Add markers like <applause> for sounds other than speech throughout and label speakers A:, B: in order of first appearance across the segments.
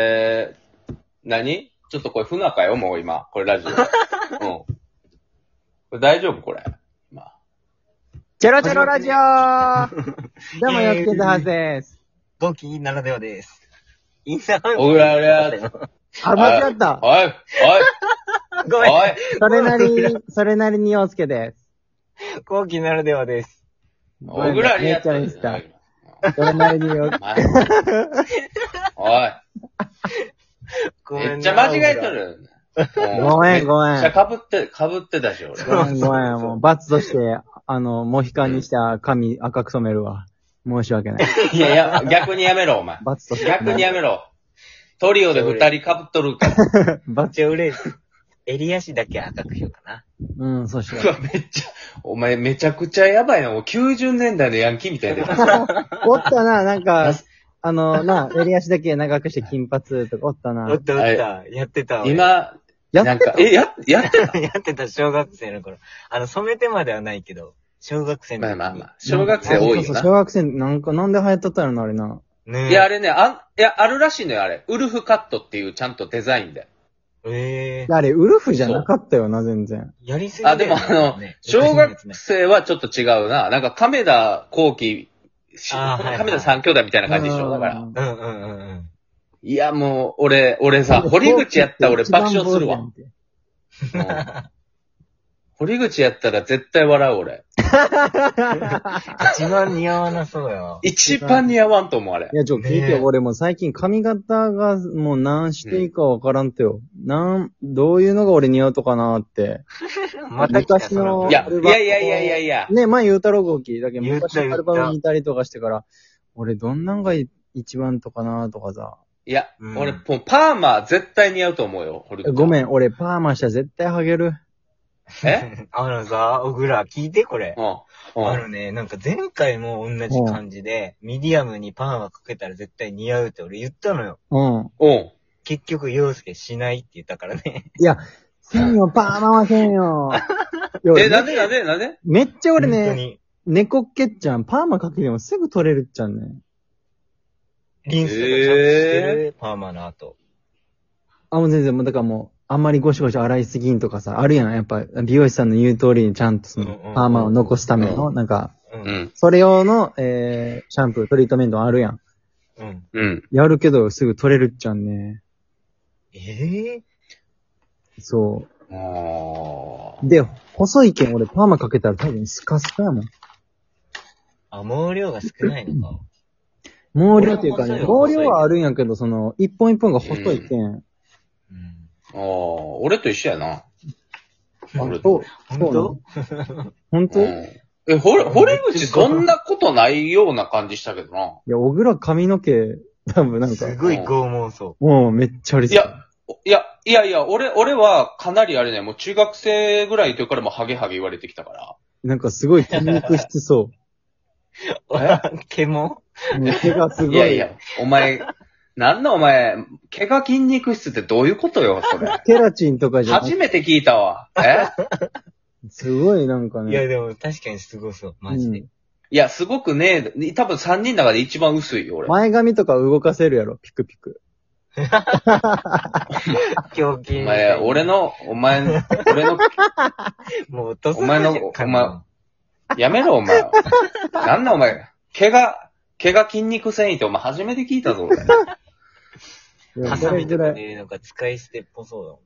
A: えー、何ちょっとこれ不仲よ、もう今。これラジオ。うん。
B: <laughs>
A: これ大丈夫これ。今。
B: チェロチェロラジ
A: <laughs>
B: オーどうも、よっけずはずです。
C: ドンキーならではです。インスタ
A: おぐらおらー
B: あ、間違った
A: おいおい
C: ご
A: お
C: め
A: い
C: ん。
B: それなりに、それなりに陽介です。
C: コーキーならではです。
A: おいおぐらに
B: め
A: や
B: っ
A: っ
B: ちゃ
A: た
B: ミスった。それなりに陽介。
A: おい。
C: ご
A: めっちゃ間違えと。る。
B: ごめんごめん
A: めっちゃ被って、被ってたし、俺。
B: ごめんごめん、もう罰として、あの、モヒカンにした髪赤く染めるわ。申し訳ない。
A: いやいや、逆にやめろ、お前。
B: 罰として。
A: 逆にやめろ。トリオで二人被っとる
B: <laughs>
A: から。
C: めっ
B: 罰、
C: ちゃ嬉しい。襟足だけ赤くしようかな。
B: うん、そうし
A: う
B: よ
A: わめっちゃ、お前めちゃくちゃやばいな。もう90年代のヤンキーみたい
B: <laughs>
A: で。
B: う。おったな、なんか、あの、な、襟足だけ長くして金髪とかおった
C: お
B: な
C: っ。たおった。 <laughs> やってた。俺、
A: 今、
B: やっ
A: なんか、え、や、やってた
C: やってた、小学生の頃。あの、染めてまではないけど、小学生の
A: まあ
C: 頃。
A: まあまあ、小学生多いよ
B: そうそう小
A: な。
B: 学生、なんか、なんで流行っとったのあれな。
C: ね
A: いや、あれね、あん、いや、あるらしいのよ、あれ。ウルフカットっていうちゃんとデザインで。
C: え
B: い
C: え
B: やあれ、ウルフじゃなかったよな、全然。
C: やりすぎだ
A: あ、
C: よ
A: でもあの
C: ね、
A: 小
C: やりすぎ
A: 学生はちょっと違うな。なんか亀田後期、し
C: あーはいはい
A: 亀田三兄弟みたいな感じでしょ、だか
B: う
A: ら。
B: ん
C: のやつねうんうんうんうん。
A: いや、もう、俺、俺さ、堀口やったら俺爆笑するわ。うん堀口やったら絶対笑う、俺。
C: 一番似合わなそうよ。
A: 一番似合わんと思う、あれ
B: い。や、ちょ、聞いて
C: ねえ
B: よ、俺もう最近髪型がもう何していいかわからんてよ。なん、どういうのが俺似合うとかなって。
C: また来た
B: 昔の
A: いや、いやいやいやいやいや。
B: ね、前、ゆうたろうごきだけど
C: 言った
B: 昔のアルバム見たりとかしてから、俺どんなんがい一番とかなとかさ。
A: いや
C: う、ん
A: 俺、もうパーマ絶対似合うと思うよ、堀口。
B: ごめ
A: ん。
B: ん、俺パーマしたら絶対ハゲる。
A: え
C: <laughs> あのさ、小倉、聞いてこれ
A: う。ん。う
C: あ
A: ん。
C: のね、なんか前回も同じ感じで、ミディアムにパーマかけたら絶対似合うって俺言ったのよ。
B: うん。
A: うん。
C: 結局、洋介しないって言ったからね。
B: いや、せんよ、パーマはせんよ。いや
A: <laughs> え、なんでなんでなんで
B: めっちゃ俺
C: 本
B: ね、
C: 当に。
B: 猫っけっちゃん、パーマかけてもすぐ取れるっちゃんね。
C: リンスとかちゃんとしてる、パーマの後。
B: あ、もう全然、もうだからもう、あんまりゴシゴシ洗いすぎんとかさ、あるやん。やっぱ、美容師さんの言う通りにちゃんとその
C: うんうんうん、
B: パーマを残すための、なんか、
C: う。
A: うんん。
B: それ用の、えー、シャンプー、トリートメントあるやん。
C: うん。
A: うん。
B: やるけど、すぐ取れるっちゃんね。
C: ええ
B: そ
A: あ
B: う。で、細い剣俺パーマかけたら多分スカスカやもん。
C: あ、毛量が少ないのか。
B: 毛量っていうかね、
C: 俺も細
B: 毛
C: いよ
B: 量はあるんやけど、その、一本一本が細い剣
C: うん。
A: あ。ああ、俺と一緒やな。
B: あ、そう、そうなの本
C: 本 <laughs>
B: 当、
A: う
B: い
A: んえ、ほれ、堀口そんなことないような感じしたけどな。
B: や、小倉髪の毛、多分なん
C: 当
B: か、
C: すごい拷問そ
B: もうめっちゃあり
A: い
B: そう。
A: や、おいや、いやいや、俺、俺はかなりあれね、もう中学生ぐらいの時からもうハゲハゲ言われてきたから。
B: なんかすごい筋肉質そう。
C: う。 <laughs>
A: <laughs>
C: 毛も
B: <laughs> うん毛がすごい。
A: いやいや、お前、なんだお前、毛が筋肉質ってどういうことよ、 <laughs> それ。
B: ケラチンとかじゃなく
A: 初めて聞いたわ。え
B: すごいなんかね。
C: いや、でも確かにすごそう。マジで。
B: うん
A: いや、すごくね、多分3人の中で一番薄いよ、俺。
B: 前髪とか動かせるやろ、ピクピク。
C: 狂
A: お
C: 気
A: 前、俺。の、お前、俺の、
C: もう落とす
A: お前のやめろ、お前。なんだ、お前。毛が、毛が筋肉繊維ってお前初めて聞いたぞ、俺。
B: いや
C: ハ
B: そ
C: サ
B: れ
C: ミ
B: ぐ
C: とからで
B: い。
C: いうのが使い捨てっぽそうだもん。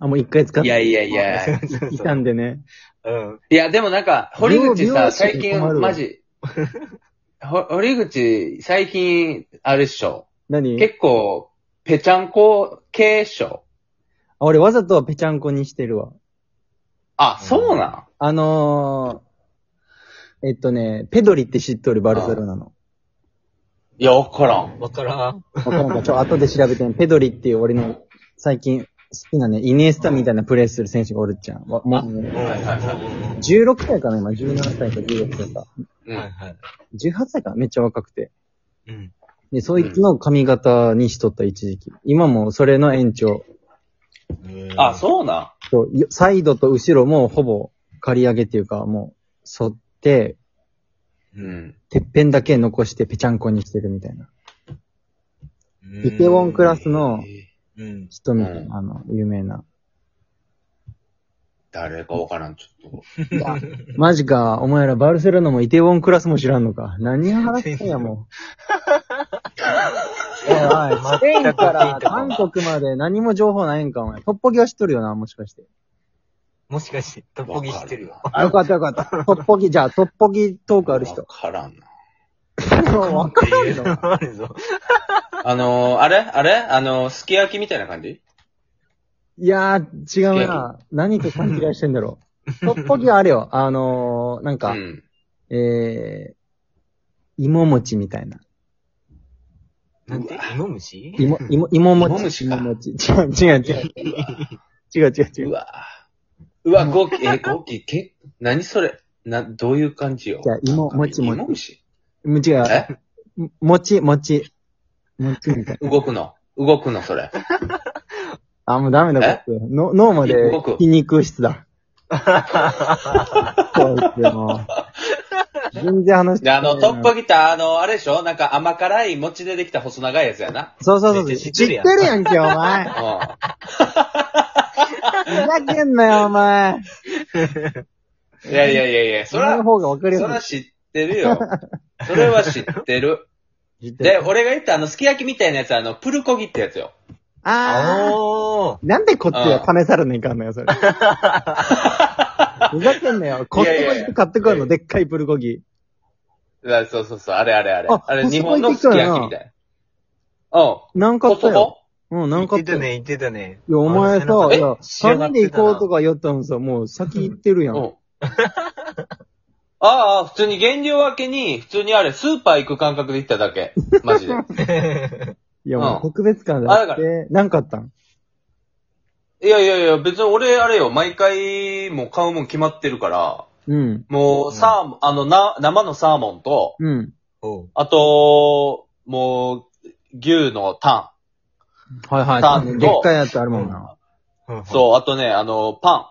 B: あ、もう一回使って。
A: いやいやい
B: <laughs>
A: や。
B: いたんでね。
C: <laughs> うん。
A: いや、でもなんか、堀口
B: 美容
A: さ、
B: 師
A: 最
B: に困
A: 近
B: るわ、
A: マジ。ほ堀口、最近、あれっしょ。
B: 何あ
A: 結構、ぺちゃんこ系っしょ。
B: 俺わざとぺちゃんこにしてるわ。
A: あ、そうなん。
B: あのー、えっとね、ペドリって知っとるバルセロナの。
A: いや、わからん。
C: わからん。
B: わからんか、ちょ、後で調べてん。ペドリっていう俺の最近好きなね、イニエスタみたいなプレーする選手がおるっちゃん。わもうね、
A: はいはいはい
B: 16歳かな、今。17歳か16歳か。
A: うん。
C: はいはい。
B: 18歳かなめっちゃ若くて。
C: うん。
B: で、そいつの髪型にしとった一時期。今もそれの延長。
A: あ、そうなん。
B: そうよサイドと後ろもほぼ刈り上げっていうか、もう、剃って、
A: うん。
B: てっぺんだけ残してぺちゃんこにしてるみたいな。イテウォンクラスの
C: うん。
B: 人みたいな、
A: うん
B: あの、有名な。
A: 誰かわからん、ちょっと。
B: マジか、お前らバルセロナもイテウォンクラスも知らんのか。何話してんや、もう。 <laughs> いやおいスペインから韓国まで何も情報ないんか、お前。トッポギは知っとるよな、もしかして。
C: もしかして、トッポギ知ってるよ。
B: よかったよか
A: <laughs>
B: った。トッポギ、じゃあ、トッポギトークある
A: わ <laughs>
B: 人。
A: からんな。
B: わかるの
C: <laughs> あるぞ。
A: あのー、あれあれあのー、すき焼きみたいな感じ
B: いやー、違うな。何と勘違いしてんだろう。トッポギはあれよ。あのー、なん
A: う
B: か、
A: ん。
B: えー、芋餅みたいな。
C: なんて芋虫
B: 芋、芋、芋餅。
A: 芋虫か
B: 芋餅。違う、違う、違う。違う、違う、違
A: う
B: う。
A: わぁうわ、ゴキ、え、ゴキ、け、何それな、どういう感じよ
B: じゃあ、芋、餅、
A: 芋
B: 餅。
A: 虫
B: 違う。
A: え
B: 餅、餅。餅みたいな。
A: 動くの動くの、それ。
B: あ、もうダメだ、こいつの脳まで
A: 僕
B: 皮肉質だ。こいつもう全然話して
A: で、あの、トッ
B: ポ
A: ポギって、あの、あれでしょなんか甘辛い餅でできた細長いやつやな。
B: そうそうそう。
C: 知
B: 知
C: っ
B: ってて
C: る
B: る
C: やん
B: やんけ、お前。
A: う
B: ふざけんなよ、お前。
A: ん。いやいやいやいや、そ
B: それの
A: ら、
B: 方がわかり
A: そ
B: や
A: ら
B: す
A: 知ってるよ。それは知ってる。
B: い。
A: で、俺が言ったあの、すき焼きみたいなやつ、あの、プルコギってやつよ。
B: あ
C: お
B: ー。
C: ー。
B: なんでこっちは試されねえかんのよ、それ。ふざけんなよ。コストコ行って買ってくるの、でっかいプルコギ。
A: あそうそうそう、あれあれあれ。
B: あ
A: あれ、日
B: そこ
A: 本
B: 行
A: の
B: ってき
A: す
B: た
A: き
B: よな
A: 焼きみたいな。うん。
B: なんかあ
A: コ
B: っ
A: ス
B: た
A: ト
B: よ。
A: コ
B: うん、なん
C: 言っ
B: かあってたよ。
C: た
B: い
C: ね、言ってたね。
B: や、お前さ、い
C: あ
B: や、
C: 背中
B: 3人で行こうと
C: か。
B: か言ったのさ、もう先行ってるや。
A: うんん。ああ、普通に原料分けに、普通にあれ、スーパー行く感覚で行っただけ。マ
B: <laughs>
A: ジで。 <laughs>
B: いや、も
A: うん
B: う特別感
A: あだ
B: だっ
A: か
B: て、なんかあったん
A: いやいやいや、別に俺、あれよ、毎回、もう買うもん決まってるから、
B: うん。
A: も
C: うん
A: う、サーモン、あの、な、生のサーモンと、
B: うん。
C: おう
A: あと、もう、牛のタ
B: はいはい。
A: さあ
B: でっかいやつあるもんな。
A: ン。そう、あとね、あの、パン。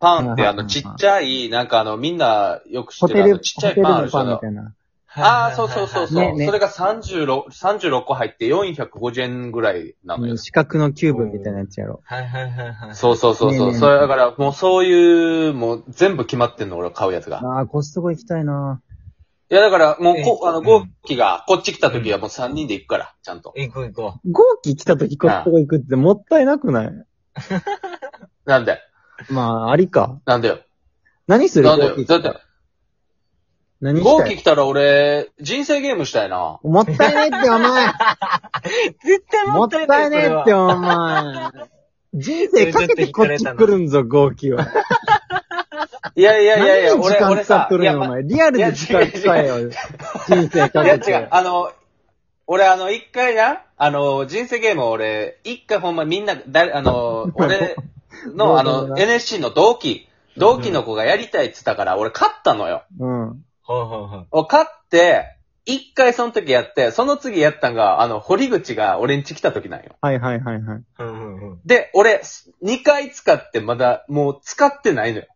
A: パンって、
B: はいはいはい
A: あの、ちっちゃい、なんかあの、みんなよく知
B: ホ
A: ってる
B: テ
A: あ
B: ル、
A: の、
B: ホ
A: ちっちゃ
B: テ
A: い
B: ル
A: パンある
B: の
A: でしょ
B: パ
A: あ
B: ンみ
A: の
B: たいな。
A: ああ、そうそうそうそう、
B: ねね
A: それが36、36個入って450円ぐらいなの
B: う
A: よ
B: ん。四角のキューブみたいなやつやろ。
C: はいはいはいはい。
A: そうそうそうそう。
B: ねえねえ
A: それだから、もうそういう、もう全部決まってんの、俺買うやつが。
B: あー、コストコ行きたいな。
A: いや、だから、もう
C: ええ
A: こ、あ
C: う
A: の、
C: ん
A: ゴーキが、こっち来た時はもう3人で行くから、ちゃんと。
C: 行こう行こ
B: 豪気来た時コストコ行くってもったいなくない
A: なんで
B: まあ、ありか。
A: なんだよ。
B: 何する
A: なんだ
B: 豪
A: よ。
B: 気
A: だって、
B: 何し
A: ゴー
B: た
A: キ
B: い
A: 来たら俺、人生ゲームしたいな。
B: もったいねえって、
A: <laughs>
B: お前
C: う。絶対
B: もったいねえって、お前人生かけてこっち来るんぞ、豪気は。
A: いやいやいやいや、
B: 何に時
A: 俺、
B: 間
A: 俺
B: 使
A: さ
B: っ、と
A: い
B: るん
A: や、
B: や、お
A: ま
B: 前。リアルで時間使えよ。人生か
A: いや
B: け
A: 違う
B: て、。
A: あの、俺あの、一回な、あの、人生ゲームを俺、一回ほんまみんな、誰、あ
B: <laughs>
A: の、俺
B: もう
A: の、あ
B: もう
A: の、NSC の同期、同期の子がやりたいって言ってたから、俺勝ったのよ。
B: うん。
C: ほうほうほう。
A: を勝って、一回その時やって、その次やったんが、あの、堀口が俺ん家来た時なんよ。
B: はいはいはいはい。
C: うんうんうん。
A: で、俺、二回使ってまだ、もう使ってない
B: <laughs>
A: のよ。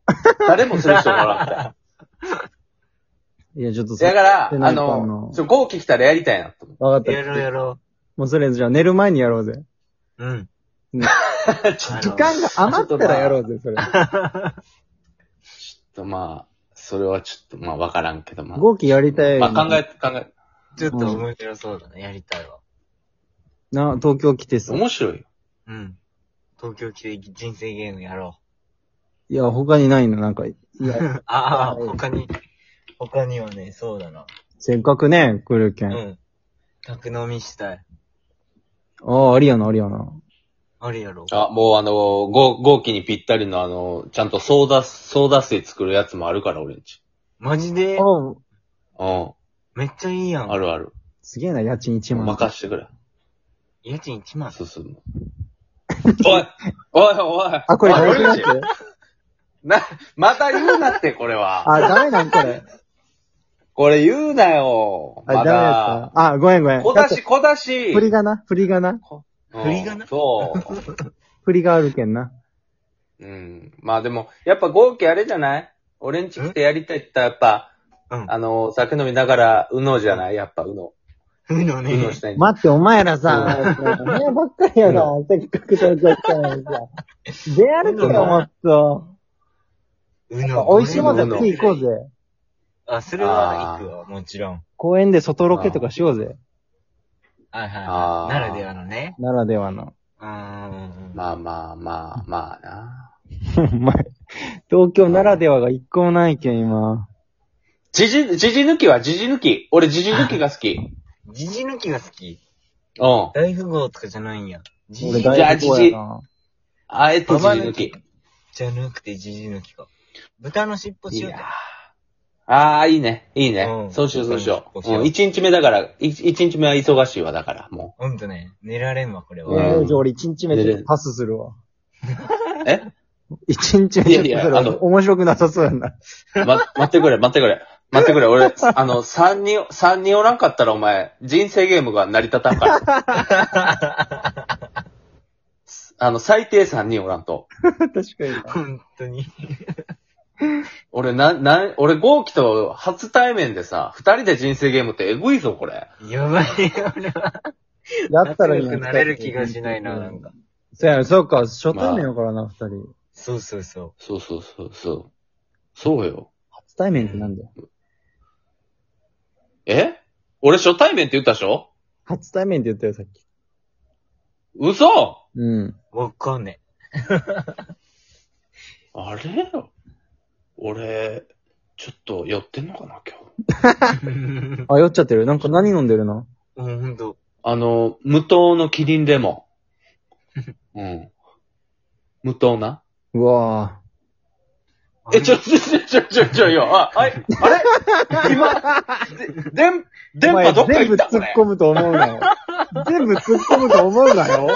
A: 誰もする人もおらんくて。
B: いや、ちょっとそ
A: だ
B: れ、 <laughs>
A: から、
B: や
A: あ
B: ってないかな
A: の、ちょ、号機来たらやりたいなと思
B: わかっ
C: やろう
B: た。
C: やろ
B: もうそれ、じゃあ寝る前にやろうぜ。
C: う。うん。
A: って。ちょっ
B: 時間が余ったらやろうぜ、そ <laughs> れ。
A: とまあ、それはちょっとまあわからんけど、まあ。
B: 豪気やりたい。
A: まあ考え、考え、
C: ちょっと面白そうだね。やりたいわ。
B: な、東京来てさ。
A: 面白いよ。
C: うん。東京来て人生ゲームやろ
B: いや、他にないの、なんか。いう
A: <laughs>
B: や、。
C: ああ、
B: はい
C: 他に、他にはね、そうだな。
B: せっかくね、来るけ。
C: うんん。宅飲みしたい。
B: ああ、ありやな、ありやな。
C: あるやろ。
A: あ、もうあの、号号機にぴったりのあの、ちゃんとソーダ、ソーダ水作るやつもあるから、俺んち。
C: マジで
B: ああ、
A: うん。
C: めっちゃいいや
A: あ
C: ん。
A: るある。
B: すげえな、家賃1万。
A: 任してくれ。
C: 家賃1万。
A: 進む。 <laughs> おいおいおい
B: あ、これ、
A: おい
B: 大事なやつ
A: 俺たちな、また言うなって、これは。
B: あ、ダメなんこれ。
A: これ言うなよ。
B: あ、
A: ま
B: ダメだ
A: だ
B: っ。た。あ、ごめんごめん。
A: 小
B: だ
A: 出
B: っ
A: し、
B: て
A: 小出し。
B: 振りがな、振りがな、
A: うん
C: 振りがな
A: そう。
B: 振りがあるけんな。
A: うん。まあでも、やっぱ合計あれじゃない俺んち来てやりたいって言ったらやっぱ、
C: うん。
A: あの、酒飲みながら、うのじゃないやっぱ、うの。
C: うの
A: う
C: ね
A: の。したいんだ。
B: 待って、お前らさ、お前ばっかりやな、せっかく東京来たのにさ。出歩けよ、もっと。
C: う
B: やっ
C: の。
B: ぱ美味しいもん
A: だ
B: 食って行こうぜ。
C: あ、それは行くわ、もちろん。
B: 公園で外ロケとかしようぜ。
C: はいはい
A: あー
C: はい。ならではのね。
B: ならではの。
C: うーん。
A: まあまあまあ、まあな。
B: お前、東京ならではが一個もないけん、今。
A: じじ、じじ抜きはじじ抜き。俺じじ抜きが好き。
C: じじ抜きが好き。
A: うん。
C: 大富豪とかじゃないんや。じ
B: 俺
C: じ
A: 大
B: 大好きやな。
A: あえてじじ抜き。
C: じゃなくてじじ抜きか。豚の尻尾
A: い
C: し
A: い
C: よう
A: な
C: か。
A: ああ、いいね。いいね。
C: うん
A: そうしよう、そうしよう。
C: そうしよう
A: うん一日目だから、い一日目は忙しいわ、だから、も
C: ほんとね、寝られんわ、これ
B: え
C: は。
A: うん
B: ーじゃあ俺一日目ちょっとパスするわ。
A: う。え
B: 一日目ちょっと
A: いやい
B: そ
A: やあ
B: れ
A: の
B: 面白くなさそうや <laughs> な。
A: ま、待ってくれ、待ってくれ。待ってくれ、俺、あの、三人、三人おらんかったらお前、人生ゲームが成り立たんから。あの、最低三人おらんと。
B: 確かにな。
C: ほんとに。
A: 俺、な、な、俺、ゴーキと初対面でさ、二人で人生ゲームってエグいぞ、これ。
C: やばいよ、俺は。
B: やったらいい
C: 仲良くなれる気がしないな、なんか。。
B: そうや、そうか、初対面やからな、二人。
C: そうそうそ
A: そうそうそう、そう。そうよ。
B: 初対面ってなんだよ。
A: え俺、初対面って言ったでしょ
B: 初対面って言ったよ、さっき。
A: 嘘
B: うん。
C: う。わかんね
A: あれ俺、ちょっと酔ってんのかな、今日。 <laughs>
C: え。うん、
B: あ、酔っちゃってる。なんか何飲んでるの
C: ほんと。
A: あの、無糖のキリンレモン。うん。無糖な。
B: うわ
A: え、ちょ、ちょ、ちょ、ちょ、ちょ、ちょ、よ。あ、あれあれ今、で、電、
B: ぁ。
A: 電波どっか行ったこ
B: 全部突っ
A: れ
B: 込むと思うなよ。全部突っ込むと思うなよ。